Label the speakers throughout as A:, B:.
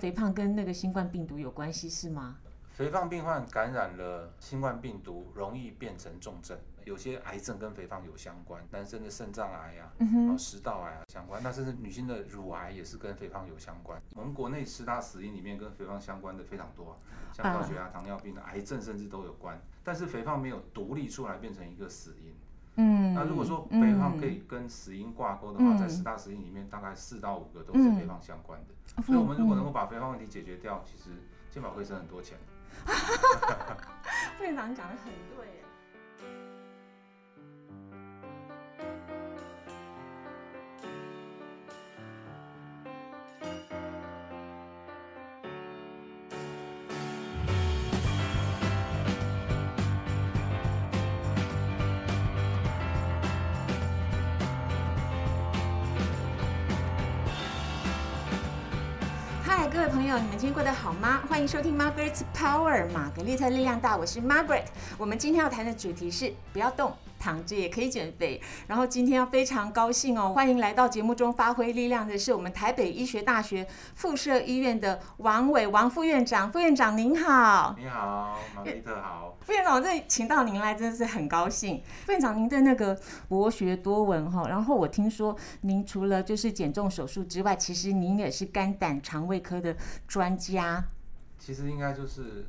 A: 肥胖跟那个新冠病毒有关系是吗？
B: 肥胖病患感染了新冠病毒，容易变成重症。有些癌症跟肥胖有相关，男生的肾脏癌呀、啊，
A: 嗯
B: 然后
A: 哼，
B: 食道癌啊相关，那甚至女性的乳癌也是跟肥胖有相关。我们国内十大死因里面跟肥胖相关的非常多啊，像
A: 啊
B: 高血压、糖尿病、癌症甚至都有关。但是肥胖没有独立出来变成一个死因。
A: 嗯
B: 那如果说肥胖可
A: 嗯
B: 以跟死因挂钩的话，在
A: 嗯
B: 十大死因里面，大概四到五个都是肥胖相关的。
A: 哦
B: 所以，我们
A: 嗯
B: 如果能够把肥胖问题解决掉，其实健保会省很多钱。
A: 院长讲的很对。嗨，各位朋友，你们今天过得好吗？欢迎收听 Margaret's Power，玛格丽特力量大，我是 Margaret。我们今天要谈的主题是不要动。躺着也可以减肥，然后今天要非常高兴哦，欢迎来到节目中发挥力量的是我们台北医学大学附设医院的王伟王副院长，副院长您好，
B: 你好，玛格丽特好。
A: 副院长，我这请到您来真的是很高兴。副院长，您的那个博学多闻哈，然后我听说您除了就是减重手术之外，其实您也是肝胆肠胃科的专家。
B: 其实应该就是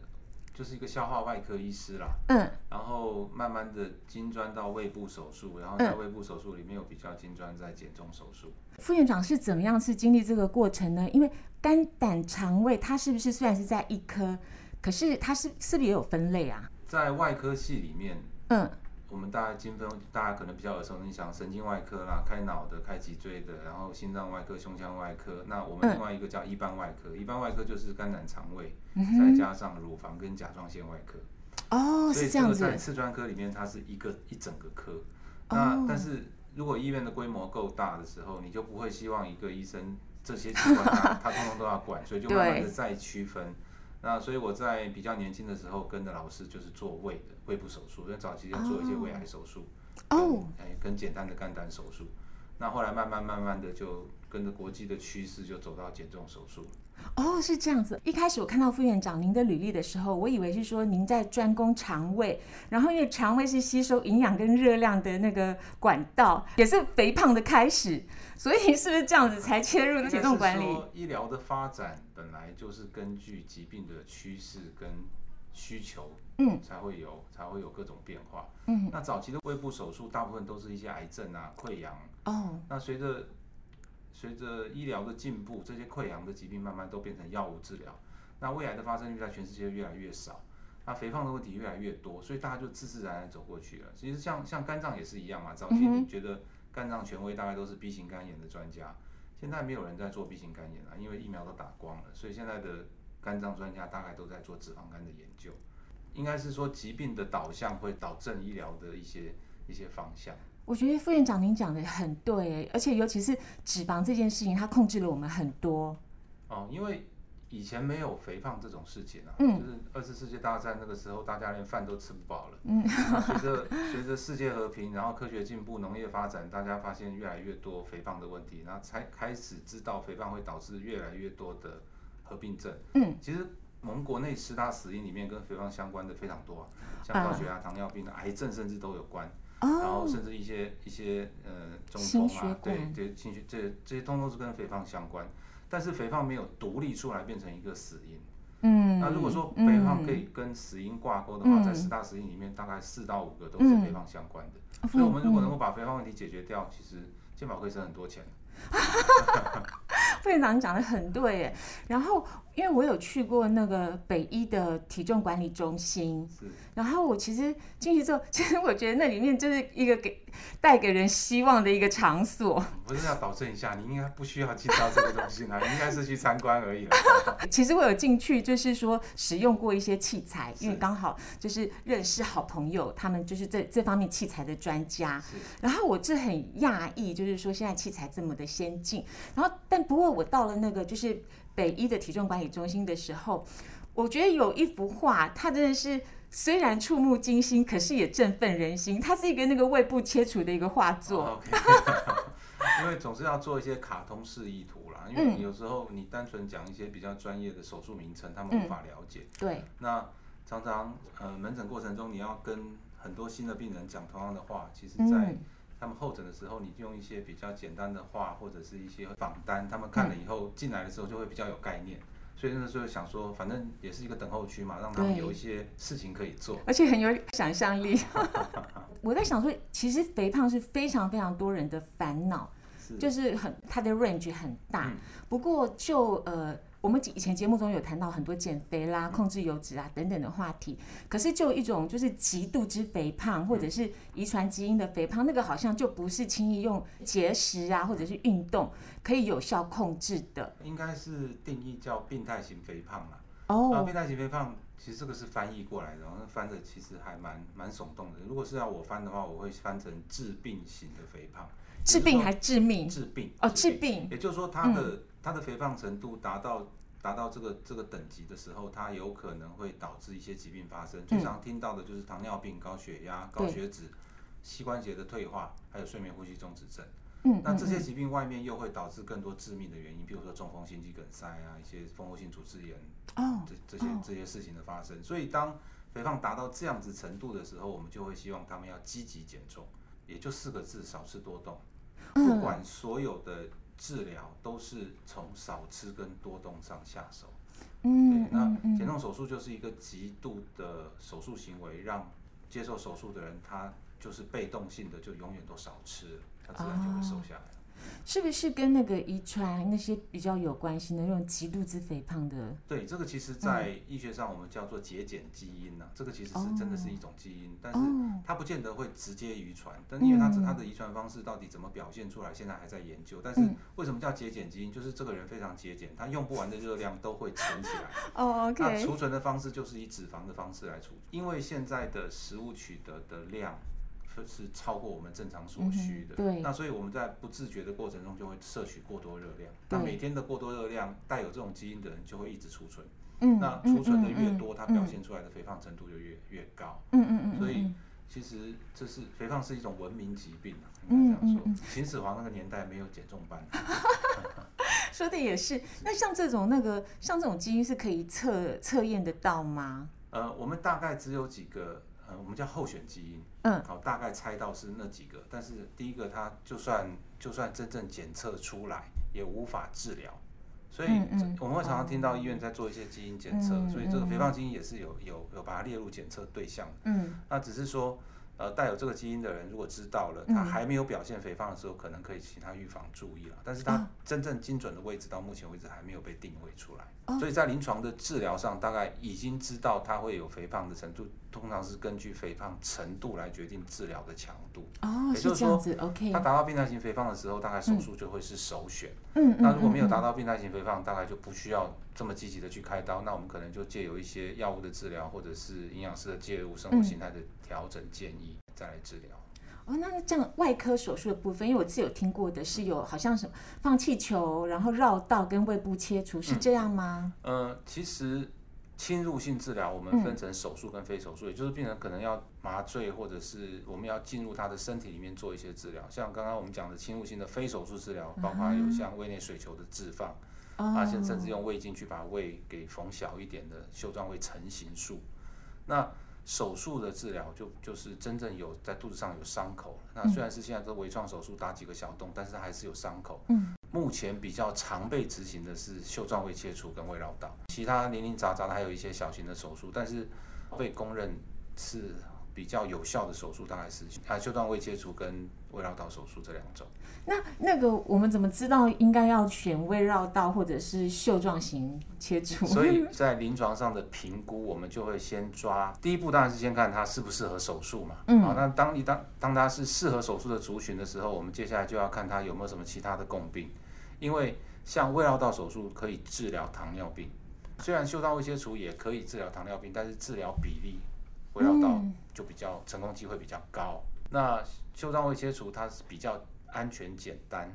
B: 就是一个消化外科医师啦，
A: 嗯
B: 然后慢慢的精专到胃部手术，然后
A: 嗯
B: 在胃部手术里面有比较精专在减重手术。
A: 副院长是怎么样是经历这个过程呢？因为肝胆肠胃它是不是虽然是在一科，可是它是是不是也有分类啊？
B: 在外科系里面，
A: 嗯
B: 我们大家经分，大家可能比较耳熟能详，神经外科啦，开脑的，开脊椎的，然后心脏外科、胸腔外科。那我们
A: 嗯嗯
B: 另外一个叫一般外科，一般外科就是肝胆肠胃，再加上乳房跟甲状腺外科。
A: 哦
B: 所
A: 是
B: 以
A: 这
B: 个
A: 样
B: 在
A: 子，哦
B: 次专科里面，它是一个一整个科。那但是如果医院的规模够大的时候，你就不会希望一个医生这些器 官他他通通都要管，所以就慢慢的
A: 对
B: 再区分。那所以我在比较年轻的时候跟着老师就是做胃的胃部手术，因为早期要做一些胃癌手术
A: 哦，
B: 跟哎跟简单的肝胆手术。那后来慢慢慢慢的就跟着国际的趋势就走到减重手术了。
A: 哦，是这样子。一开始我看到副院长您的履历的时候，我以为是说您在专攻肠胃，然后因为肠胃是吸收营养跟热量的那个管道，也是肥胖的开始，所以是不是这样子才切入体重管
B: 应该是
A: 理？
B: 说医疗的发展本来就是根据疾病的趋势跟需求，
A: 嗯，
B: 才会有才会有各种变化。
A: 嗯，
B: 那早期的胃部手术大部分都是一些癌症啊、溃疡。
A: 哦，
B: 那随着随着医疗的进步，这些溃疡的疾病慢慢都变成药物治疗。那胃癌的发生率在全世界越来越少，那肥胖的问题越来越多，所以大家就自自然然走过去了。其实像像肝脏也是一样嘛，早期
A: 嗯哼
B: 你觉得肝脏权威大概都是 B 型肝炎的专家，现在没有人在做 B 型肝炎了、因为疫苗都打光了，所以现在的肝脏专家大概都在做脂肪肝的研究。应该是说疾病的导向会导正医疗的一些一些方向。
A: 我觉得副院长您讲的很对，而且尤其是脂肪这件事情，它控制了我们很多。
B: 哦，因为以前没有肥胖这种事情啊，
A: 嗯
B: 就是二次世界大战那个时候，大家连饭都吃不饱了。
A: 嗯
B: 那随着随着世界和平，然后科学进步、农业发展，大家发现越来越多肥胖的问题，然后才开始知道肥胖会导致越来越多的合并症。
A: 嗯，
B: 其实我们国内十大死因里面跟肥胖相关的非常多啊，像
A: 啊
B: 高血压、糖尿病、癌症甚至都有关。然后
A: 哦，
B: 甚至一些一些呃中
A: 心
B: 风啊
A: 血，
B: 对
A: 管
B: 对，心血这这些通通是跟肥胖相关，但是肥胖没有独立出来变成一个死因。
A: 嗯
B: 那如果说肥胖可
A: 以，
B: 以跟死因挂钩的话，在
A: 嗯
B: 十大死因里面，大概四到五个都是肥胖相关的。所以我们如果能够把肥胖问题解决掉，其实健保会省很多钱。
A: 副院长讲的很对耶，然后因为我有去过那个北医的体重管理中心，
B: 是
A: 然后我其实进去之后， 其实我觉得那里面就是一个给带给人希望的一个场所。
B: 嗯不是要导正一下？你应该不需要介绍这个东西啦，你应该是去参观而已 啦。
A: 其实我有进去，就是说使用过一些器材，
B: 是
A: 因为刚好就是认识好朋友，他们就是这这方面器材的专家。
B: 是
A: 然后我是很讶异，就是说现在器材这么的先进。然后，但不过我到了那个就是北医的体重管理中心的时候，我觉得有一幅画，它真的是虽然触目惊心，可是也振奋人心。它是一个那个胃部切除的一个画作。
B: 哦，OK， 因为总是要做一些卡通示意图啦，因
A: 嗯
B: 为有时候你单纯讲一些比较专业的手术名称，他
A: 嗯
B: 们无法了解。
A: 对，
B: 那常常呃门诊过程中，你要跟很多新的病人讲同样的话，其实在
A: 嗯，
B: 他们候诊的时候，你用一些比较简单的话或者是一些访单，他们看了以后进来的时候就会比较有概念。所以那时候想说，反正也是一个等候区嘛，让他们
A: 对
B: 有一些事情可以做。
A: 而且很有想象 力。我在想说，其实肥胖是非常非常多人的烦恼，
B: 是
A: 就是很它的 range 很大。
B: 嗯
A: 不过就呃，我们以前节目中有谈到很多减肥
B: 嗯
A: 啦、控制油脂啊等等的话题，可是就一种就是极度之肥胖，或
B: 嗯
A: 者是遗传基因的肥胖，那个好像就不是轻易用节食啊或者是运动可以有效控制的
B: 应该是定义叫病态型肥胖啦。啊，
A: 哦。
B: 病态型肥胖其实这个是翻译过来的，然后翻的其实还蛮蛮耸动的。如果是要我翻的话，我会翻成致病型的肥胖。
A: 治病还致命
B: 治病
A: 哦，治病嗯
B: 也就是说它的、它的肥胖程度达到达到这个这个等级的时候，它有可能会导致一些疾病发生。最常听到的就是糖尿病、高血压、高
A: 嗯对
B: 血脂、膝关节的退化，还有睡眠呼吸中止症。
A: 嗯，
B: 那这
A: 嗯
B: 些
A: 嗯
B: 疾病外面又会导致更多致命的原因，比如说中风、心肌梗塞啊，一些蜂窝性组织炎
A: 哦
B: 这这些
A: 哦
B: 这些事情的发生。所以当肥胖达到这样子程度的时候，我们就会希望他们要积极减重，也就四个字：少吃多动。不
A: 嗯，
B: 管所有的治疗都是从少吃跟多动上下手。
A: 嗯嗯
B: 对，那
A: 嗯，
B: 减重手术就是一个极度的手术行为，让接受手术的人他就是被动性的就永远都少吃了，他自然就会
A: 哦
B: 瘦下来。
A: 是不是跟那个遗传那些比较有关系呢？那种极度之肥胖的
B: 对，这个其
A: 嗯
B: 实在医学上我们叫做节俭基因呐、这个其实
A: 哦
B: 是真的是一种基因，但是
A: 哦，
B: 它不见得会直接遗传，但因为它
A: 嗯
B: 它的遗传方式到底怎么表现出来，现在还在研究。但是
A: 嗯
B: 为什么叫节俭基因？就是这个人非常节俭，他用不完的热量都会存起 来。
A: 哦
B: 那
A: ，OK，
B: 储存的方式就是以脂肪的方式来储，因为现在的食物取得的量是超过我们正常所需的
A: 嗯。哼对
B: 那所以我们在不自觉的过程中就会摄取过多热量。那
A: 对
B: 每天的过多热量，带有这种基因的人就会一直储存。
A: 嗯，
B: 那储存的越
A: 嗯
B: 多，它表，现出来的肥胖程度就越越高。
A: 嗯嗯嗯嗯嗯，嗯
B: 所以
A: 嗯
B: 其实这是肥胖是一种文明疾病啊，应该这样说。
A: 嗯嗯
B: 秦始皇那个年代没有减重班，
A: 说的也是。那像这种那个像这种基因是可以测测验得到吗？
B: 呃，我们大概只有几个，呃，我们叫候选基因，
A: 嗯，
B: 好、大概猜到是那几个。但是第一个，它就算就算真正检测出来，也无法治疗。所以
A: 嗯嗯
B: 我们会常常听到医院在做一些基因检测，
A: 嗯
B: 所以这个
A: 嗯
B: 肥胖基因也是有有有把它列入检测对象的。
A: 嗯，
B: 那只是说，呃，带有这个基因的人如果知道了，
A: 嗯
B: 他还没有表现肥胖的时候，可能可以请他预防注意了。但是
A: 哦
B: 他真正精准的位置到目前为止还没有被定位出来，
A: 哦
B: 所以在临床的治疗上，大概已经知道他会有肥胖的程度，通常是根据肥胖程度来决定治疗的强度。
A: 哦，
B: 也
A: 是
B: 就是
A: 这样
B: 说
A: 子，OK，
B: 他达到病态型肥胖的时候，大概手术就会是首选。
A: 嗯，
B: 那如果没有
A: 嗯
B: 达到病态型肥胖，大概就不需要这么积极的去开刀。那我们可能就借由一些药物的治疗，或者是营养师的介入、
A: 嗯
B: 生活形态的调整建议，再来治疗。
A: 哦，那这样外科手术的部分，因为我自己有听过的是有好像什么放气球，然后绕道跟胃部切除，
B: 嗯
A: 是这样吗？
B: 呃，其实侵入性治疗我们
A: 嗯
B: 分成手术跟非手术，也就是病人可能要麻醉，或者是我们要进入他的身体里面做一些治疗。像刚刚我们讲的侵入性的非手术治疗，包括
A: 啊
B: 有像胃内水球的置放，
A: 哦
B: 啊，甚甚至用胃镜去把胃给缝小一点的袖状胃成形术。那手术的治疗就就是真正有在肚子上有伤口了。那虽然是现在都微创手术打几个小洞，但是它还是有伤口。
A: 嗯，
B: 目前比较常被执行的是袖状胃切除跟胃绕道，其他零零杂杂的还有一些小型的手术，但是被公认是比较有效的手术大概是啊袖状胃切除跟胃绕道手术这两种。
A: 那那个我们怎么知道应该要选胃绕道或者是袖状型切除？
B: 所以在临床上的评估，我们就会先抓第一步，当然是先看它适不适合手术嘛。
A: 嗯
B: 好，那当你当当它是适合手术的族群的时候，我们接下来就要看它有没有什么其他的共病，因为像胃绕道手术可以治疗糖尿病，虽然嗅道胃切除也可以治疗糖尿病，但是治疗比例胃绕道
A: 嗯
B: 就比较成功机会比较高。那袖状胃切除它是比较安全简单，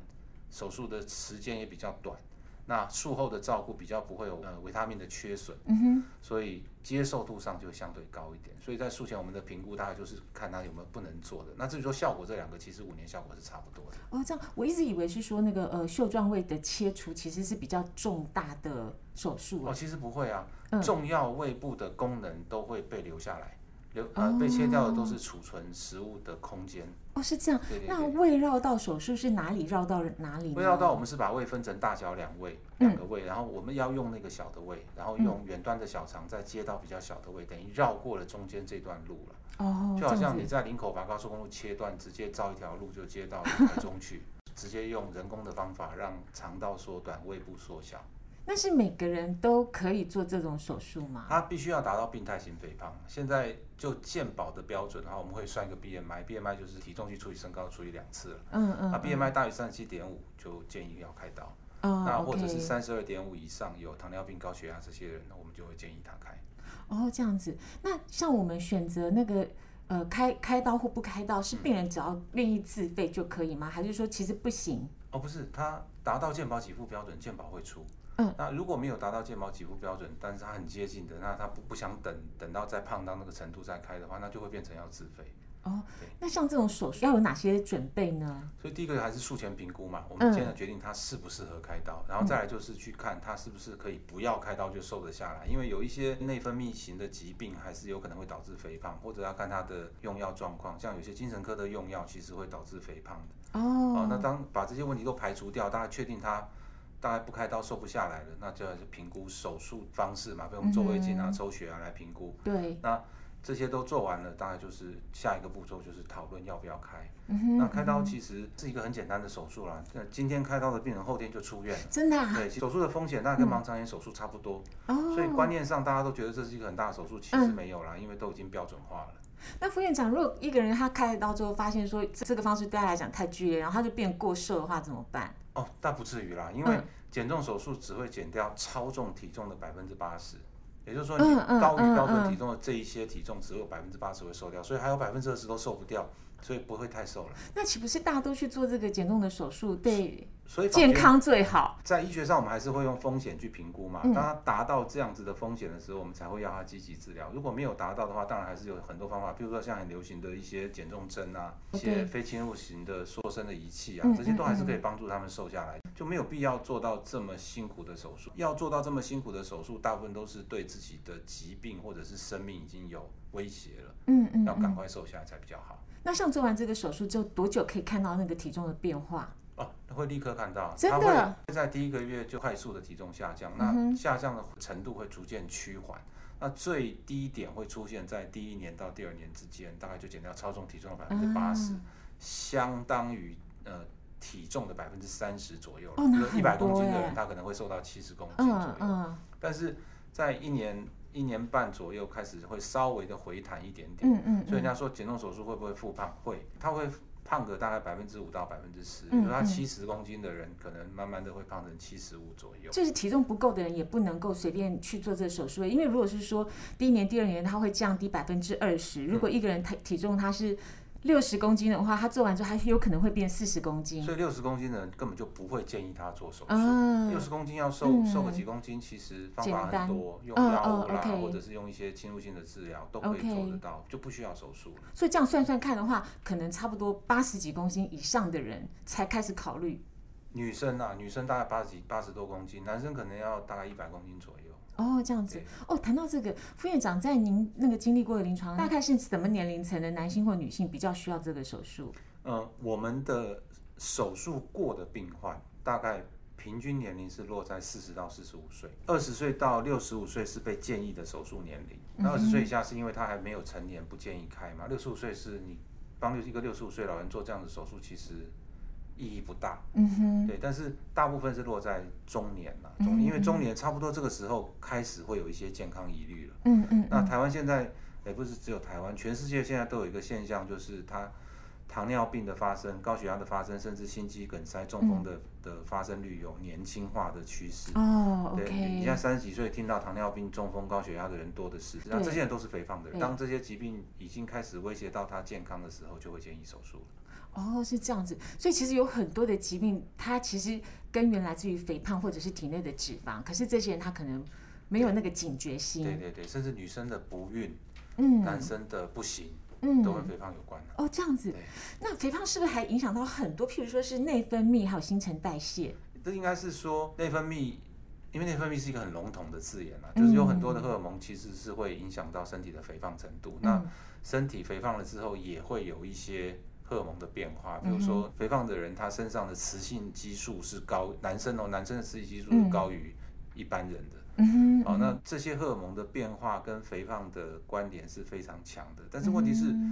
B: 手术的时间也比较短。那术后的照顾比较不会有呃维他命的缺损，
A: 嗯哼，
B: 所以接受度上就相对高一点。所以在术前我们的评估大概就是看他有没有不能做的。那至于说效果这两个，其实五年效果是差不多的。
A: 哦，这样我一直以为是说那个呃袖状位的切除其实是比较重大的手术
B: 哦，
A: 啊，
B: 其实不会啊
A: 嗯，
B: 重要胃部的功能都会被留下来，留呃被切掉的都是储存食物的空间。
A: 哦是这样。
B: 对对
A: 那
B: 对。
A: 胃绕道手术是哪里绕到哪里呢？
B: 胃绕道，我们是把胃分成大小两胃，
A: 嗯
B: 两个胃，然后我们要用那个小的胃，然后用远端的小肠再接到比较小的胃，等于绕过了中间这段路了。
A: 哦，
B: 就好
A: 这样
B: 像
A: 子
B: 你在林口把高速公路切断，直接造一条路就接到台中去，直接用人工的方法让肠道缩短，胃部缩小。
A: 那是每个人都可以做这种手术吗？
B: 它必须要达到病态型肥胖。现在就健保的标准的话，我们会算一个 BMI，BMI 就是体重去除以身高除以两次了。
A: 嗯嗯，
B: 那
A: 嗯
B: BMI 大于三十七点五，就建议要开刀。
A: 哦
B: 那啊或者
A: OK
B: 是三十二点五以上有糖尿病、高血压这些人，那我们就会建议他开。
A: 哦，这样子。那像我们选择那个呃开开刀或不开刀，是病人只要愿意自费就可以吗？还是说其实不行？
B: 哦，不是，他达到健保给付标准，健保会出。
A: 嗯，
B: 那如果没有达到健保给付标准，但是他很接近的，那他不不想等等到再胖到那个程度再开的话，那就会变成要自费。
A: 哦
B: 对，
A: 那像这种手术要有哪些准备呢？
B: 所以第一个还是术前评估嘛，我
A: 嗯
B: 们先要决定他适不适合开刀，然后再来就是去看他是不是可以不要开刀就瘦得下来，因为有一些内分泌型的疾病还是有可能会导致肥胖，或者要看他的用药状况，像有些精神科的用药其实会导致肥胖的。哦，那
A: 哦，
B: 当把这些问题都排除掉，大家确定他大概不开刀瘦不下来了，那就要去评估手术方式嘛，比如我们做胃镜
A: 嗯
B: 啊、抽血啊来评估。
A: 对，
B: 这些都做完了，大概就是下一个步骤就是讨论要不要开。
A: 嗯哼
B: 那开刀其实是一个很简单的手术啦，那今天开刀的病人后天就出院了。
A: 真的啊，
B: 对，其实手术的风险大概跟盲肠炎手术差不多，
A: 哦，嗯
B: 所以观念上大家都觉得这是一个很大的手术，其实没有啦，因为都已经标准化了。
A: 那副院长，如果一个人他开了刀之后发现说这这个方式对他来讲太剧烈，然后他就变过瘦的话怎么办？
B: 哦，那不至于啦，因为
A: 嗯
B: 减重手术只会减掉超重体重的百分之八十，也就是说
A: 嗯
B: 你
A: 嗯
B: 高于
A: 嗯
B: 标准
A: 嗯
B: 体重的这一些体重只有百分之八十会瘦掉，所以还有百分之二十都瘦不掉，所以不会太瘦了。
A: 那岂不是大家都去做这个减重的手术，对
B: 所以坊
A: 健
B: 间
A: 康最好？
B: 在医学上，我们还是会用风险去评估嘛。
A: 嗯
B: 当它达到这样子的风险的时候，我们才会要它积极治疗。如果没有达到的话，当然还是有很多方法，比如说像很流行的一些减重针啊，一些
A: 哦对
B: 非侵入型的塑身的仪器啊
A: 嗯，
B: 这些都还是可以帮助他们瘦下来，就没有必要做到这么辛苦的手术。要做到这么辛苦的手术，大部分都是对自己的疾病或者是生命已经有威胁了，
A: 嗯嗯
B: 要
A: 嗯。
B: 赶快瘦下来才比较好。
A: 那像做完这个手术之后，多久可以看到那个体重的变化？
B: 哦，会立刻看到，
A: 真的
B: 它会会在第一个月就快速的体重下降，
A: 嗯
B: 那下降的程度会逐渐趋缓，那最低点会出现在第一年到第二年之间，大概就减掉超重体重的百分之八十
A: 啊，
B: 相当于呃体重的百分之三十左右了，
A: 哦那
B: 一百
A: 很多
B: 公斤的
A: 欸
B: 人他可能会瘦到七十公斤左右
A: 嗯，嗯
B: 但是在一年一年半左右开始会稍微的回弹一点点，
A: 嗯嗯
B: 所以人
A: 嗯，
B: 家说减重手术会不会复胖？会，它会胖个大概百分之五到百分之十。比
A: 嗯
B: 如他
A: 嗯
B: 七十公斤的人，可能慢慢的会胖成七十五左右。
A: 就是体重不够的人也不能够随便去做这个手术，因为如果是说第一年、第二年，它会降低百分之二十。如果一个人他体重他是六十公斤的话，他做完之后，他有可能会变四十公斤。
B: 所以六十公斤的人根本就不会建议他做手术。
A: 啊
B: 六十公斤要瘦
A: 嗯
B: 瘦个几公斤，其实方法
A: 简单
B: 很多，用
A: 嗯
B: 药物
A: 嗯
B: 啦，
A: ，OK
B: 或者是用一些侵入性的治疗都可以
A: OK
B: 做得到，就不需要手术了。
A: 所以这样算算看的话，可能差不多八十几公斤以上的人才开始考虑
B: 女生啊，女生大概八十几、八十多公斤，男生可能要大概一百公斤左右。
A: 哦，这样子
B: 对
A: 哦。谈到这个，副院长在您那个经历过的临床，大概是什么年龄层的男性或女性比较需要这个手术？
B: 呃，我们的手术过的病患大概平均年龄是落在四十到四十五岁，二十岁到六十五岁是被建议的手术年龄。
A: 嗯
B: 那二十岁以下是因为他还没有成年，不建议开嘛。六十五岁是你帮一个六十五岁老人做这样的手术，其实意义不大。
A: 嗯哼，
B: 对，但是大部分是落在中年嘛，
A: 嗯
B: 中
A: 嗯
B: 因为中年差不多这个时候开始会有一些健康疑虑了。
A: 嗯嗯
B: 那台湾现在也不是只有台湾，全世界现在都有一个现象，就是它糖尿病的发生、高血压的发生，甚至心肌梗塞、中
A: 嗯
B: 风的的发生率有年轻化的趋势。
A: 哦
B: 对，你现
A: ，OK，
B: 在三十几岁听到糖尿病、中风、高血压的人多的是，那这些人都是肥胖的人。
A: 对
B: 当这些疾病已经开始威胁到他健康的时候，就会建议手术了。
A: 哦，是这样子，所以其实有很多的疾病，它其实根源来自于肥胖或者是体内的脂肪，可是这些人他可能没有那个警觉
B: 对
A: 心，
B: 对对，甚至女生的不孕、男
A: 嗯
B: 生的不行，都跟
A: 嗯，
B: 肥胖有关的、啊
A: 哦，这样子
B: 对，
A: 那肥胖是不是还影响到很多，譬如说是内分泌还有新陈代谢？
B: 这应该是说内分泌，因为内分泌是一个很笼统的字眼
A: 嗯
B: 啊，就是有很多的荷尔蒙其实是会影响到身体的肥胖程度。那
A: 嗯
B: 身体肥胖了之后，也会有一些荷尔蒙的变化，
A: 嗯
B: 比如说肥胖的人他身上的雌性激素是高，男生哦，男生的雌性激素是高于一般人的。
A: 嗯
B: 好、那这些荷尔蒙的变化跟肥胖的关联是非常强的，但是问题是，
A: 嗯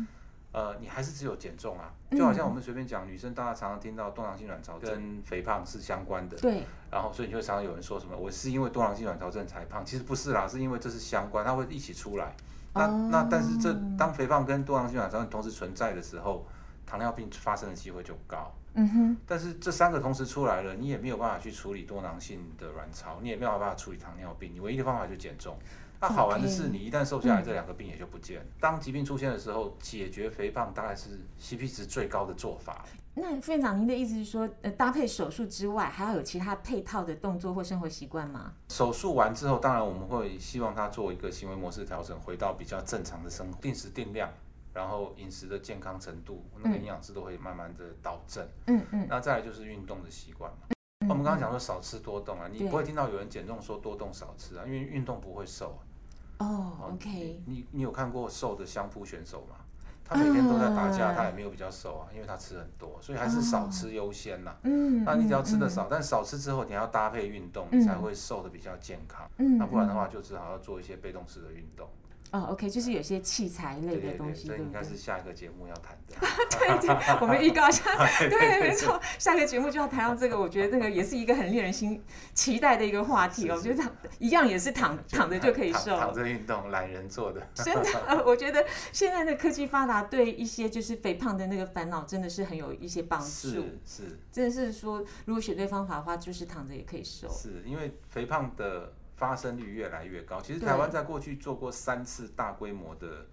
B: 呃，你还是只有减重啊，就好像我们随便讲，女生大家常常听到多囊性卵巢跟肥胖是相关的，
A: 对，
B: 然后所以你会常常有人说什么，我是因为多囊性卵巢症才胖，其实不是啦，是因为这是相关，它会一起出来。那、那但是这当肥胖跟多囊性卵巢症同时存在的时候，糖尿病发生的机会就高。
A: 嗯哼，
B: 但是这三个同时出来了，你也没有办法去处理多囊性的卵巢，你也没有办法处理糖尿病，你唯一的方法就减重。那好玩的嗯是，
A: OK
B: 你一旦瘦下来，这两个病也就不见了。当疾病出现的时候，解决肥胖大概是 CP 值最高的做法。
A: 那副院长您的意思是说，呃，搭配手术之外，还要有其他配套的动作或生活习惯吗？
B: 手术完之后，当然我们会希望他做一个行为模式调整，回到比较正常的生活，定时定量，然后饮食的健康程度，那个营养师都会慢慢的导正。
A: 嗯嗯，
B: 那再来就是运动的习惯嘛。我们刚刚讲说少吃多动啊，你
A: 对
B: 不会听到有人减重说多动少吃啊，因为运动不会瘦啊。
A: 哦，OK，
B: 你你你有看过瘦的相扑选手吗？他每天都在打架，
A: 啊
B: 他也没有比较瘦啊，因为他吃很多，所以还是少吃优先呐。
A: 嗯，
B: 那你只要吃的
A: 嗯，
B: 少，但少吃之后你还要搭配运动，
A: 嗯
B: 你才会瘦的比较健康。
A: 嗯，
B: 那不然的
A: 嗯
B: 话，就只好要做一些被动式的运动。
A: 哦，OK，就是有些器材类
B: 对
A: 的
B: 对
A: 东
B: 对，
A: 西，
B: 这
A: 对
B: 应
A: 不
B: 该
A: 对？
B: 是下一个节目要谈 的。
A: 对对，我们预告一 下， 对，没错，下个节目就要谈到这个，我觉得那个也是一个很令人心期待的一个话题哦。我
B: 是
A: 觉得一样也是躺躺着就可以
B: 躺
A: 瘦，
B: 躺着运动，懒人做的。
A: 真的， 我觉得现在的科技发达，对一些就是肥胖的那个烦恼，真的是很有一些帮助。
B: 是是
A: 真的是说，如果选对方法的话，就是躺着也可以瘦。
B: 是，因为肥胖的发生率越来越高。其实
A: 对
B: 台湾在过去做过三次大规模的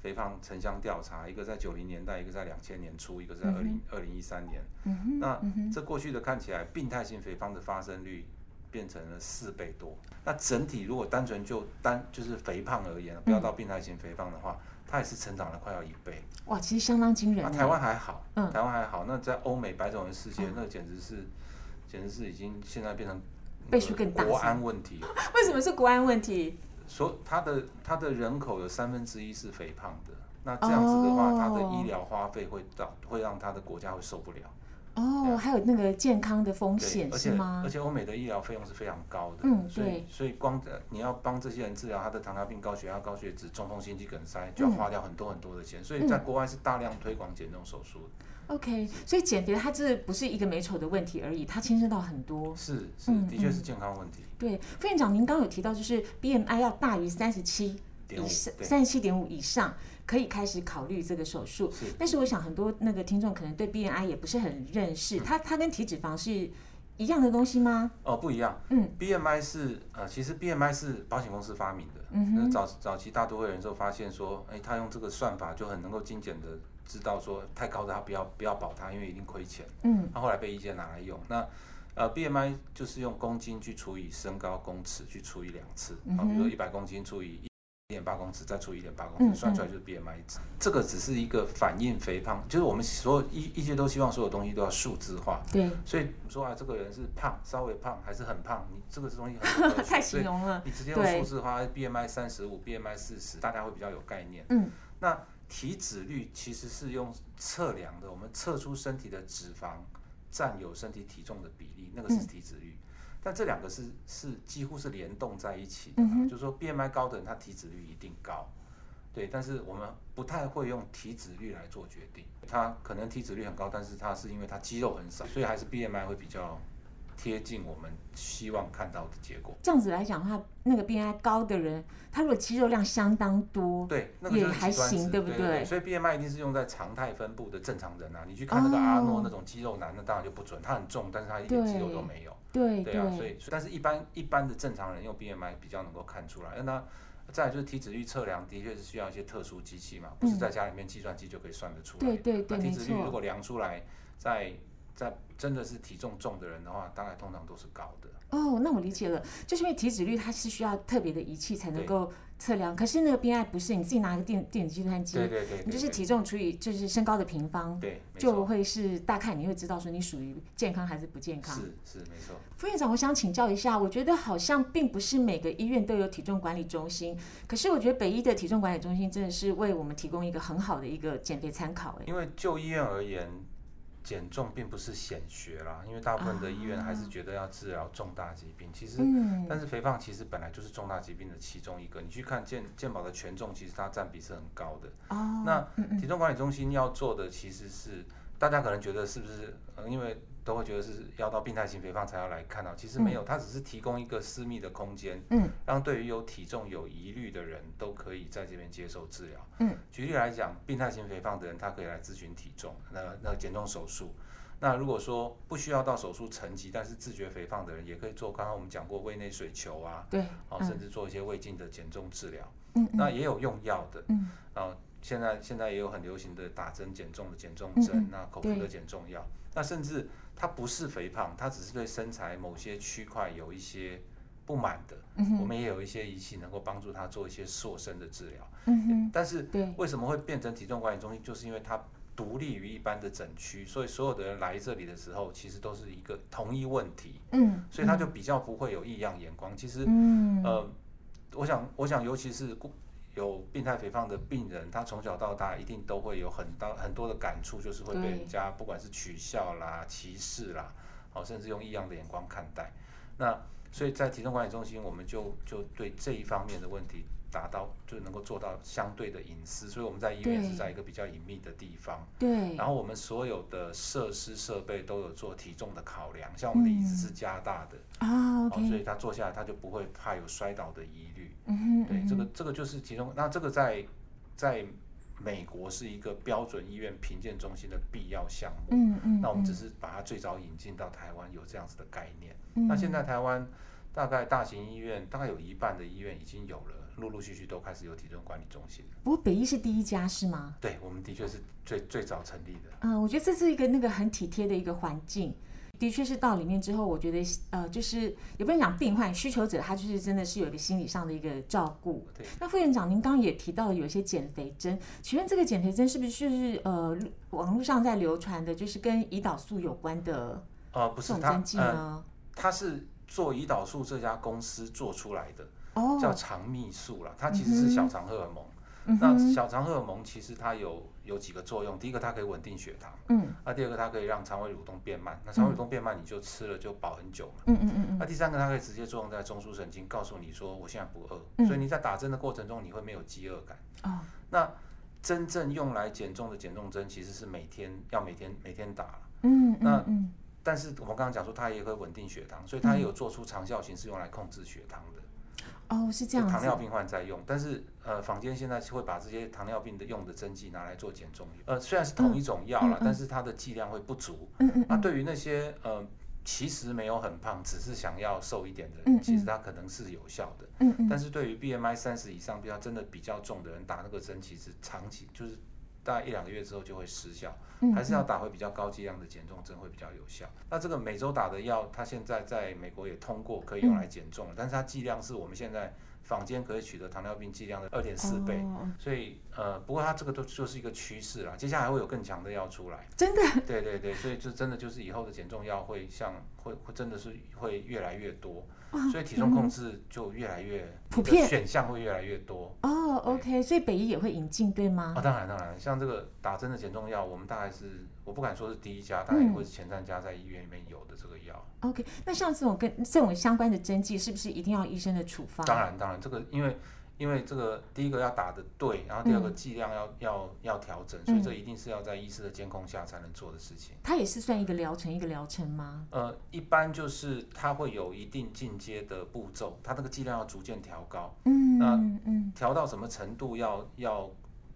B: 肥胖城乡调查，一个在九零年代，一个在两千年初，一个在二零二零一三年。
A: 嗯哼，
B: 那
A: 嗯哼
B: 这过去的看起来，病态性肥胖的发生率变成了四倍多。那整体如果单纯就单就是肥胖而言，不要
A: 嗯
B: 到病态性肥胖的话，它也是成长了快要一倍。
A: 哇，其实相当惊人
B: 啊，
A: 耶。
B: 台湾还好，
A: 嗯
B: 台湾还好。那在欧美白种人世界，那简直是，简直是已经现在变成那
A: 倍
B: 个
A: 数更大
B: 国
A: 是
B: 安问题了。
A: 为什么是国安问题？
B: 所它的它的人口有三分之一是肥胖的，那这样子的话，它的
A: 哦
B: 医疗花费会到会让它的国家会受不了。
A: 哦，还有那个健康的风
B: 啊对，
A: 险
B: 而
A: 是
B: 且
A: 吗
B: 而？且欧美的医疗费用是非常高的，
A: 嗯
B: 所以
A: 对
B: 所以光呃你要帮这些人治疗他的糖尿病、高血压、高血脂、中风、心肌梗塞，就要
A: 嗯
B: 花掉很多很多的钱，所以在国外是大量推广减重手术的
A: OK，所以减肥它这不是一个美丑的问题而已，它牵涉到很多。
B: 是是，
A: 嗯
B: 的确是健康问题。
A: 对，副院长，您刚刚有提到就是 BMI 要大于三十七
B: 点
A: 以
B: 五
A: 上，
B: 对
A: 三十七点五以上可以开始考虑这个手术。
B: 是
A: 但是我想很多那个听众可能对 BMI 也不是很认识，它它跟体脂肪是一样的东西吗？
B: 哦，不一样。
A: 嗯
B: ，BMI 是呃，其实 BMI 是保险公司发明的。
A: 嗯
B: 那早早期大都会人就发现说，哎，他用这个算法就很能够精简的知道说，太高的他不要不要保它，因为一定亏钱。
A: 嗯，
B: 他后来被医健拿来用。那呃，BMI 就是用公斤去除以身高公尺去除以两次，啊、比如说一百公斤除以一点八公尺，再除以一点八公
A: 嗯
B: 尺，算出来就是 BMI 值。这个只是一个反映肥胖，就是我们所有医医界都希望所有东西都要数字化。
A: 对，
B: 所以我们说啊，这个人是胖，稍微胖还是很胖，你这个东西 很多
A: 太形。容
B: 所以
A: 了。
B: 你直接用
A: 对
B: 数字化，BMI 三十五，BMI 四十，大家会比较有概念。
A: 嗯，
B: 那体脂率其实是用测量的，我们测出身体的脂肪占有身体体重的比例，那个是体脂率。但这两个是是几乎是联动在一起的啦，就是说 BMI 高的人他体脂率一定高，对，但是我们不太会用体脂率来做决定，他可能体脂率很高，但是他是因为他肌肉很少，所以还是 BMI 会比较贴近我们希望看到的结果。
A: 这样子来讲的话，那个 BMI 高的人，他如果肌肉量相当多，
B: 对，那个就是
A: 也还
B: 极端值
A: 行对
B: 对
A: 不
B: 对
A: 对
B: 所以 BMI 一定是用在常态分布的正常人啊。你去看那
A: 哦
B: 个阿诺那种肌肉男，那当然就不准，他很重，但是他一点肌肉都没有。
A: 对
B: 对啊，所以但是一般一般的正常人用 BMI 比较能够看出来。那再来就是体脂率测量，的确是需要一些特殊机器嘛，不是在家里面计算机就可以算得出来。
A: 嗯对对对，
B: 那体
A: 没
B: 脂率如
A: 错，
B: 果量出来，在在真的是体重重的人的话，大概通常都是高的。
A: 哦，那我理解了，就是因为体脂率它是需要特别的仪器才能够测量，可是那个 BMI 不是，你自己拿个电电子计算机
B: 对，对对，
A: 你就是
B: 对
A: 体重除以就是身高的平方，
B: 对，没
A: 就
B: 错，
A: 会是大概你会知道说你属于健康还是不健康。
B: 是是没错。
A: 副院长，我想请教一下，我觉得好像并不是每个医院都有体重管理中心，可是我觉得北医的体重管理中心真的是为我们提供一个很好的一个减肥参考。哎，
B: 因为就医院而言，减重并不是显学啦，因为大部分的医院还是觉得要治疗重大疾病。其实，
A: 嗯，
B: 但是肥胖其实本来就是重大疾病的其中一个。你去看健健保的权重，其实它占比是很高的。
A: 哦，
B: 那体重管理中心要做的其实是，大家可能觉得是不是？呃因为都会觉得是要到病态型肥胖才要来看到，其实没有，它只是提供一个私密的空间，
A: 嗯，
B: 让对于有体重有疑虑的人都可以在这边接受治疗。
A: 嗯，
B: 举例来讲，病态型肥胖的人，他可以来咨询体重，那那减重手术。那如果说不需要到手术层级，但是自觉肥胖的人也可以做，刚刚我们讲过胃内水球啊，
A: 对，
B: 哦，甚至做一些胃镜的减重治疗。
A: 嗯
B: 那也有用药的，
A: 嗯，
B: 啊，现在现在也有很流行的打针减重的减重
A: 嗯
B: 针，
A: 嗯
B: 那口服
A: 对
B: 的减重药，那甚至它不是肥胖，它只是对身材某些区块有一些不满的，
A: 嗯
B: 我们也有一些仪器能够帮助他做一些塑身的治疗，
A: 嗯哼，
B: 但是
A: 对，
B: 为什么会变成体重管理中心？就是因为它独立于一般的诊区，所以所有的人来这里的时候，其实都是一个同一问题，
A: 嗯，
B: 所以他就比较不会有异样眼光。其实，
A: 嗯，
B: 呃，我想，我想，尤其是顾有病态肥胖的病人，他从小到大一定都会有很大很多的感触，就是会被
A: 对
B: 人家不管是取笑啦、歧视啦，好、甚至用异样的眼光看待。那所以在体重管理中心，我们就就对这一方面的问题达到就能够做到相对的隐私，所以我们在医院
A: 对
B: 是在一个比较隐秘的地方。
A: 对，
B: 然后我们所有的设施设备都有做体重的考量，像我们的椅
A: 嗯
B: 子是加大的，
A: 啊
B: 哦，所
A: ，OK，
B: 以他坐下来他就不会怕有摔倒的疑虑。
A: 嗯哼，
B: 对，
A: 嗯
B: 这
A: 哼
B: 个这个就是其中，那这个在在美国是一个标准医院评鉴中心的必要项目。
A: 嗯嗯，
B: 那我们只
A: 嗯
B: 是把它最早引进到台湾有这样子的概念。
A: 嗯
B: 那现在台湾大概大型医院大概有一半的医院已经有了，陆陆续续都开始有体重管理中心了。
A: 不过北医是第一家是吗？
B: 对，我们的确是最最早成立的。
A: 嗯，我觉得这是一个那个很体贴的一个环境。的确是到里面之后，我觉得呃，就是也不能讲病患需求者，他就是真的是有一个心理上的一个照顾。
B: 对，
A: 那副院长，您刚刚也提到了有一些减肥针，请问这个减肥针是不是就是呃网络上在流传的，就是跟胰岛素有关的
B: 呃，不
A: 这
B: 是
A: 种
B: 它
A: 针，剂
B: 嗯，
A: 呢？
B: 它是做胰岛素这家公司做出来的。叫
A: 哦，
B: 肠泌素啦，它其实是小肠荷尔蒙。
A: 嗯
B: 那小肠荷尔蒙其实它有有几个作用，第一个它可以稳定血糖，
A: 嗯，
B: 那第二个它可以让肠胃蠕动变慢，那肠胃蠕动变慢你就吃了就饱很久嘛。
A: 嗯嗯嗯
B: 那第三个它可以直接作用在中枢神经，告诉你说我现在不饿，
A: 嗯
B: 所以你在打针的过程中你会没有饥饿感。
A: 嗯，哦，
B: 那真正用来减重的减重针其实是每天要每天每天打啦
A: 嗯
B: 那
A: 嗯嗯，
B: 但是我们刚刚讲说它也可以稳定血糖，所以它也有做出长效型是用来控制血糖的。
A: 哦是这
B: 就
A: 样
B: 糖
A: 子
B: 尿，病患在用，但是呃，坊间现在是会把这些糖尿病的用的针剂拿来做减重用。呃，虽然是同一种药
A: 嗯
B: 啦，
A: 嗯
B: 但是它的剂量会不足。
A: 嗯嗯
B: 那对于那些呃其实没有很胖，只是想要瘦一点的
A: 嗯
B: 人，
A: 嗯
B: 其实它可能是有效的。
A: 嗯嗯，
B: 但是对于 BMI 三十以上比较真的比较重的人，打那个针其实长期就是大概一两个月之后就会失效，
A: 嗯
B: 还是要打回比较高剂量的减重针会比较有效。那这个每周打的药，它现在在美国也通过可以
A: 嗯
B: 用来减重了，但是它剂量是我们现在坊间可以取得糖尿病剂量的二点四倍。
A: 哦
B: 所以，呃，不过它这个都就是一个趋势啦，接下来还会有更强的药出 来。
A: 真的
B: 对对对，所以就真的就是以后的减重药会像会会真的是会越来越多，
A: 哇
B: 所以体重控制就越来越
A: 啊嗯普遍
B: 选项会越来越多。
A: 哦，OK，所以北医也会引进对吗
B: 啊、？当然当然，像这个打针的减重药，我们大概是我不敢说是第一家，大概
A: 嗯
B: 会是前三家在医院里面有的这个药。
A: OK，那像这种跟这种相关的针剂，是不是一定要医生的处方？
B: 当然当然，这个因为因为这个第一个要打的对，然后第二个剂量要、要要调整，所以这一定是要在医师的监控下才能做的事情。
A: 它也是算一个疗程一个疗程吗？
B: 呃，一般就是它会有一定进阶的步骤，它那个剂量要逐渐调高，
A: 嗯
B: 那
A: 嗯
B: 调到什么程度要要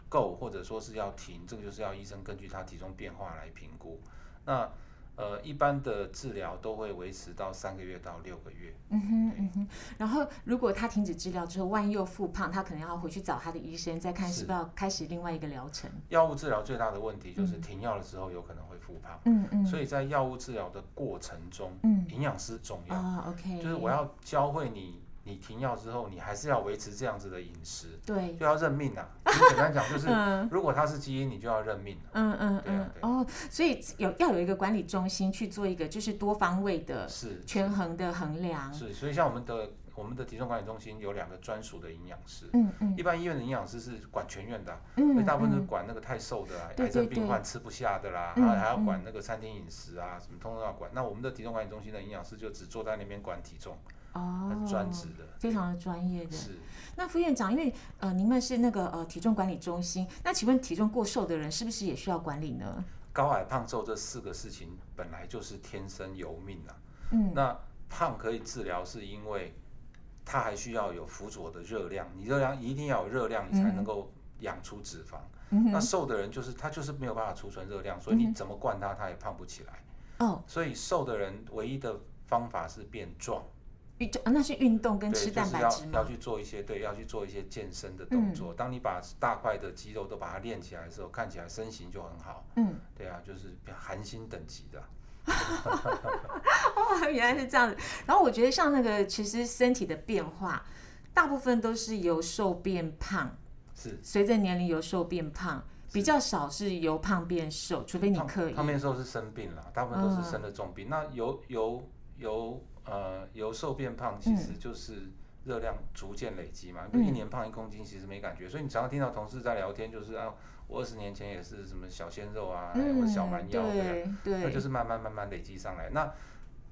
B: 够，或者说是要停，这个就是要医生根据他体重变化来评估。那呃，一般的治疗都会维持到三个月到六个月。
A: 嗯哼嗯哼。然后如果他停止治疗之后，万一又复胖，他可能要回去找他的医生，再看是不是要开始另外一个疗程。
B: 药物治疗最大的问题就是停药的时候有可能会复胖，
A: 嗯嗯。
B: 所以在药物治疗的过程中，
A: 嗯
B: 营养师重要，
A: 啊，OK，
B: 就是我要教会你，你停药之后，你还是要维持这样子的饮食，
A: 对，
B: 就要认命啊。你简单讲就是，
A: 嗯
B: 如果它是基因，你就要认命了。
A: 嗯嗯
B: 对
A: 嗯
B: 啊，对
A: 哦，所以有要有一个管理中心去做一个就是多方位的
B: 是
A: 权衡的衡量。
B: 是，所以像我们的我们的体重管理中心有两个专属的营养师，
A: 嗯嗯
B: 一般医院的营养师是管全院的啊、所
A: 嗯，
B: 以大部分都
A: 嗯
B: 是管那个太瘦的啊，
A: 对
B: 癌症
A: 对
B: 病
A: 对
B: 患吃不下的啦，
A: 嗯
B: 然后还要
A: 嗯
B: 管那个餐厅饮食啊，什么通通要管。那我们的体重管理中心的营养师就只坐在那边管体重，他
A: 哦
B: 是，专职的，
A: 非常的专业的。
B: 是。
A: 那副院长，因为呃，您们是那个呃体重管理中心，那请问体重过瘦的人是不是也需要管理呢？
B: 高矮胖瘦这四个事情本来就是天生由命啊。
A: 嗯，
B: 那胖可以治疗，是因为它还需要有辅佐的热量，你热量一定要有热量，你才能够养出脂肪。
A: 嗯
B: 那瘦的人就是他就是没有办法储存热量，所以你怎么灌他，他也胖不起来。
A: 哦，
B: 所以瘦的人唯一的方法是变壮，
A: 运动啊那是运动
B: 对，
A: 跟
B: 就是
A: 吃蛋白
B: 要
A: 质嗯
B: 要
A: 吗？
B: 去做一些对，要去做一些健身的动作。当你把大块的肌肉都把它练起来的时候，看起来身形就很好。
A: 嗯，
B: 对啊，就是韩星等级的啊。
A: 哦，原来是这样子。然后我觉得像那个，其实身体的变化，大部分都是由瘦变胖，
B: 是
A: 随着年龄由瘦变胖，比较少是由胖变瘦，除非你
B: 胖
A: 刻意。嗯
B: 胖面瘦是生病了，大部分都是生了重病。那由由由呃由瘦变胖，其实
A: 嗯
B: 就是热量逐渐累积嘛。因为一年胖一公斤，其实没感觉，所以你常常听到同事在聊天，就是啊，我二十年前也是什么小鲜肉啊，还有小蛮腰的呀，
A: 嗯对
B: 那就
A: 对，
B: 是慢慢慢慢累积上来。那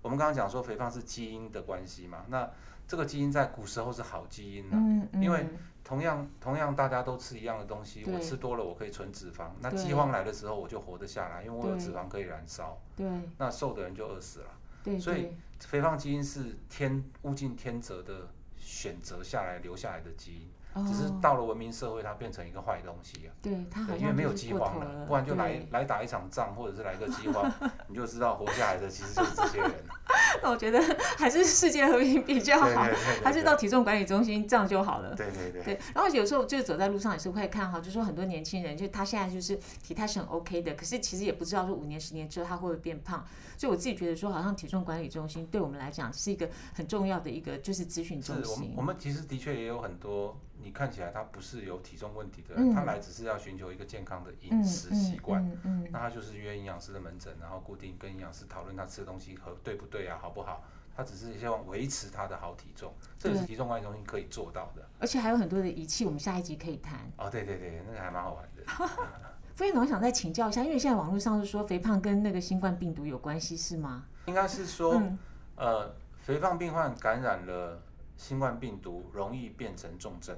B: 我们刚刚讲说肥胖是基因的关系嘛，那这个基因在古时候是好基因啊，
A: 嗯
B: 因为同样同样大家都吃一样的东西，
A: 对
B: 我吃多了我可以存脂肪，那
A: 对
B: 饥荒来的时候我就活得下来，因为我有
A: 对
B: 脂肪可以燃烧。
A: 对
B: 那瘦的人就饿死了。
A: 对
B: 所以
A: 对，
B: 肥胖基因是天物竞天择的选择下来留下来的基因，只是
A: 哦
B: 到了文明社会它变成一个坏东西啊。
A: 对他好
B: 对，
A: 像
B: 因为没有
A: 就是
B: 饥
A: 过
B: 荒
A: 头
B: 了，不然就来
A: 对
B: 来打一场仗，或者是来个饥 荒，你就知道活下来的其实就是这些人。
A: 那我觉得还是世界和平比较
B: 对
A: 好，
B: 对
A: 还是到体重管理中心这样就好了。
B: 对对对对
A: 对，然后有时候就走在路上也是会看哈，就说很多年轻人，就他现在就是体态是很 OK 的，可是其实也不知道说五年十年之后他会不会变胖，所以我自己觉得说，好像体重管理中心对我们来讲是一个很重要的一个就是咨询中
B: 是我们
A: 心
B: 我。们其实的确也有很多，你看起来他不是有体重问题的人，
A: 嗯
B: 他来只是要寻求一个健康的饮
A: 嗯
B: 食习惯，，
A: 嗯嗯嗯
B: 那他就是约营养师的门诊，然后固定跟营养师讨论他吃的东西合对不对啊，好不好？他只是希望维持他的好体重，这也是体重管理中心可以做到的。
A: 而且还有很多的仪器，我们下一集可以谈。
B: 哦，对对对，那个还蛮好玩的。
A: 副院长，我想再请教一下，因为现在网络上是说肥胖跟那个新冠病毒有关系是吗？
B: 应该是说，
A: 嗯
B: 呃，肥胖病患感染了新冠病毒，容易变成重症。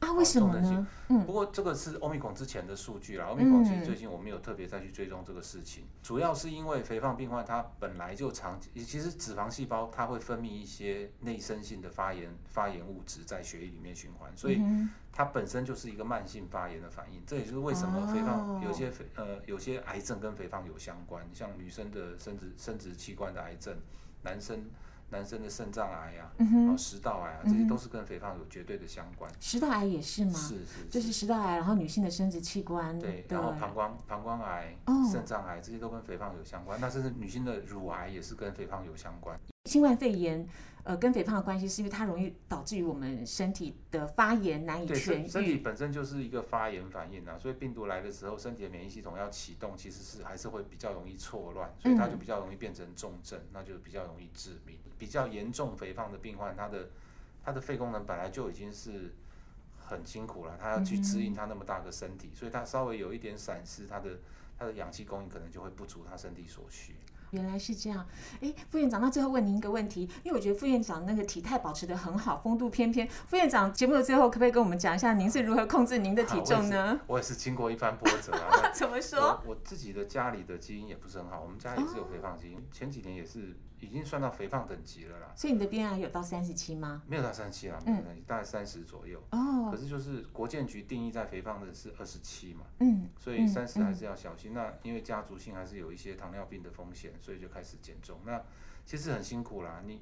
A: 啊，
B: 好
A: 为什
B: 重
A: 么
B: 症
A: 呢？嗯
B: 不过这个是欧米孔之前的数据啦，欧米孔其实最近我们有特别再去追踪这个事情，主要是因为肥胖病患他本来就长，其实脂肪细胞它会分泌一些内生性的发炎发炎物质在血液里面循环，所以
A: 嗯
B: 它本身就是一个慢性发炎的反应，这也就是为什么肥
A: 哦
B: 胖有些肥呃有些癌症跟肥胖有相关，像女生的生殖生殖器官的癌症，男生男生的肾脏癌啊，
A: 嗯
B: 然后
A: 哼，
B: 食道癌啊，这些都是跟肥胖有绝对的相关。
A: 食道癌也是吗？
B: 是是，
A: 就是食道癌，然后女性的生殖器官，
B: 对，然后膀胱、膀胱癌
A: 哦、
B: 肾脏癌这些都跟肥胖有相关，那甚至女性的乳癌也是跟肥胖有相关。
A: 新冠肺炎，呃，跟肥胖的关系是因为它容易导致于我们身体的发炎难以
B: 对，身
A: 哎痊
B: 身体
A: 愈。
B: 本身就是一个发炎反应啊，所以病毒来的时候，身体的免疫系统要启动，其实是还是会比较容易错乱，所以它就
A: 嗯
B: 比较容易变成重症，那就比较容易致命。比较严重肥胖的病患，他的他的肺功能本来就已经是。很辛苦了，他要去支
A: 嗯
B: 应他那么大个身体，所以他稍微有一点闪失，他的他的氧气供应可能就会不足他身体所需。
A: 原来是这样，哎，副院长，那最后问您一个问题，因为我觉得副院长那个体态保持得很好，风度翩翩。副院长，节目的最后可不可以跟我们讲一下您是如何控制您的体重呢？
B: 啊 我也是我也是经过一番波 折啊。那
A: 怎么说？
B: 我我自己的家里的基因也不是很好，我们家也是有肥胖
A: 哦
B: 基因，前几年也是已经算到肥胖等级了啦，
A: 所以你的 BMI 有到三十七吗？
B: 没有到三七啦，没有到37大概三十左右。
A: 哦，
B: 可是就是国健局定义在肥胖的是二十七嘛，
A: 嗯，
B: 所以
A: 嗯
B: 三十
A: 嗯
B: 还是要小心。那因为家族性还是有一些糖尿病的风险，所以就开始减重。那其实很辛苦啦，你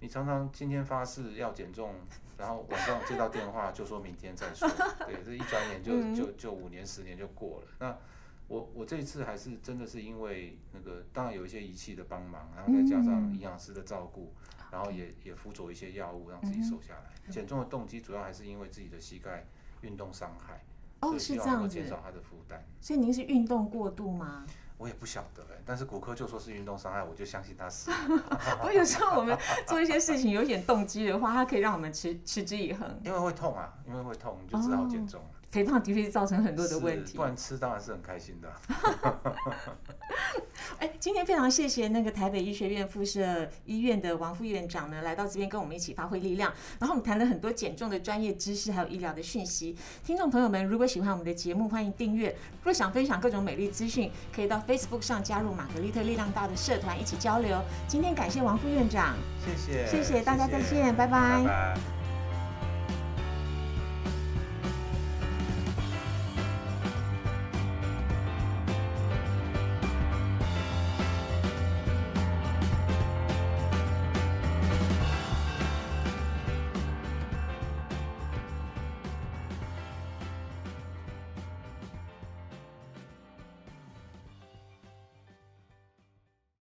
B: 你常常今天发誓要减重，然后晚上接到电话就说明天再说，对，这一转眼
A: 嗯
B: 就就就五年十年就过了。那我我这一次还是真的是因为那个，当然有一些仪器的帮忙，然后再加
A: 嗯
B: 上营养师的照顾，然后也也辅佐一些药物让自
A: 嗯
B: 己瘦下来。减重的动机主要还是因为自己的膝盖运动伤害，所
A: 哦，
B: 以
A: 是
B: 希
A: 这
B: 望能
A: 样
B: 够
A: 子
B: 减。少它的负担。
A: 所以您是运动过度吗？
B: 我也不晓得哎，但是骨科就说是运动伤害，我就相信他是。
A: 不过有时候我们做一些事情有点动机的话，它可以让我们持持之以恒。
B: 因为会痛啊，因为会痛，你就知
A: 哦
B: 道减重了。
A: 肥胖的确是造成很多的
B: 是
A: 问题
B: 不。然吃当然是很开心的啊。
A: 哎，今天非常谢谢那个台北医学院附设医院的王副院长呢，来到这边跟我们一起发挥力量。然后我们谈了很多减重的专业知识，还有医疗的讯息。听众朋友们，如果喜欢我们的节目，欢迎订阅。若想分享各种美丽资讯，可以到 Facebook 上加入玛格丽特力量大的社团一起交流。今天感谢王副院长，
B: 谢谢，
A: 谢谢大家，再见，拜
B: 拜拜。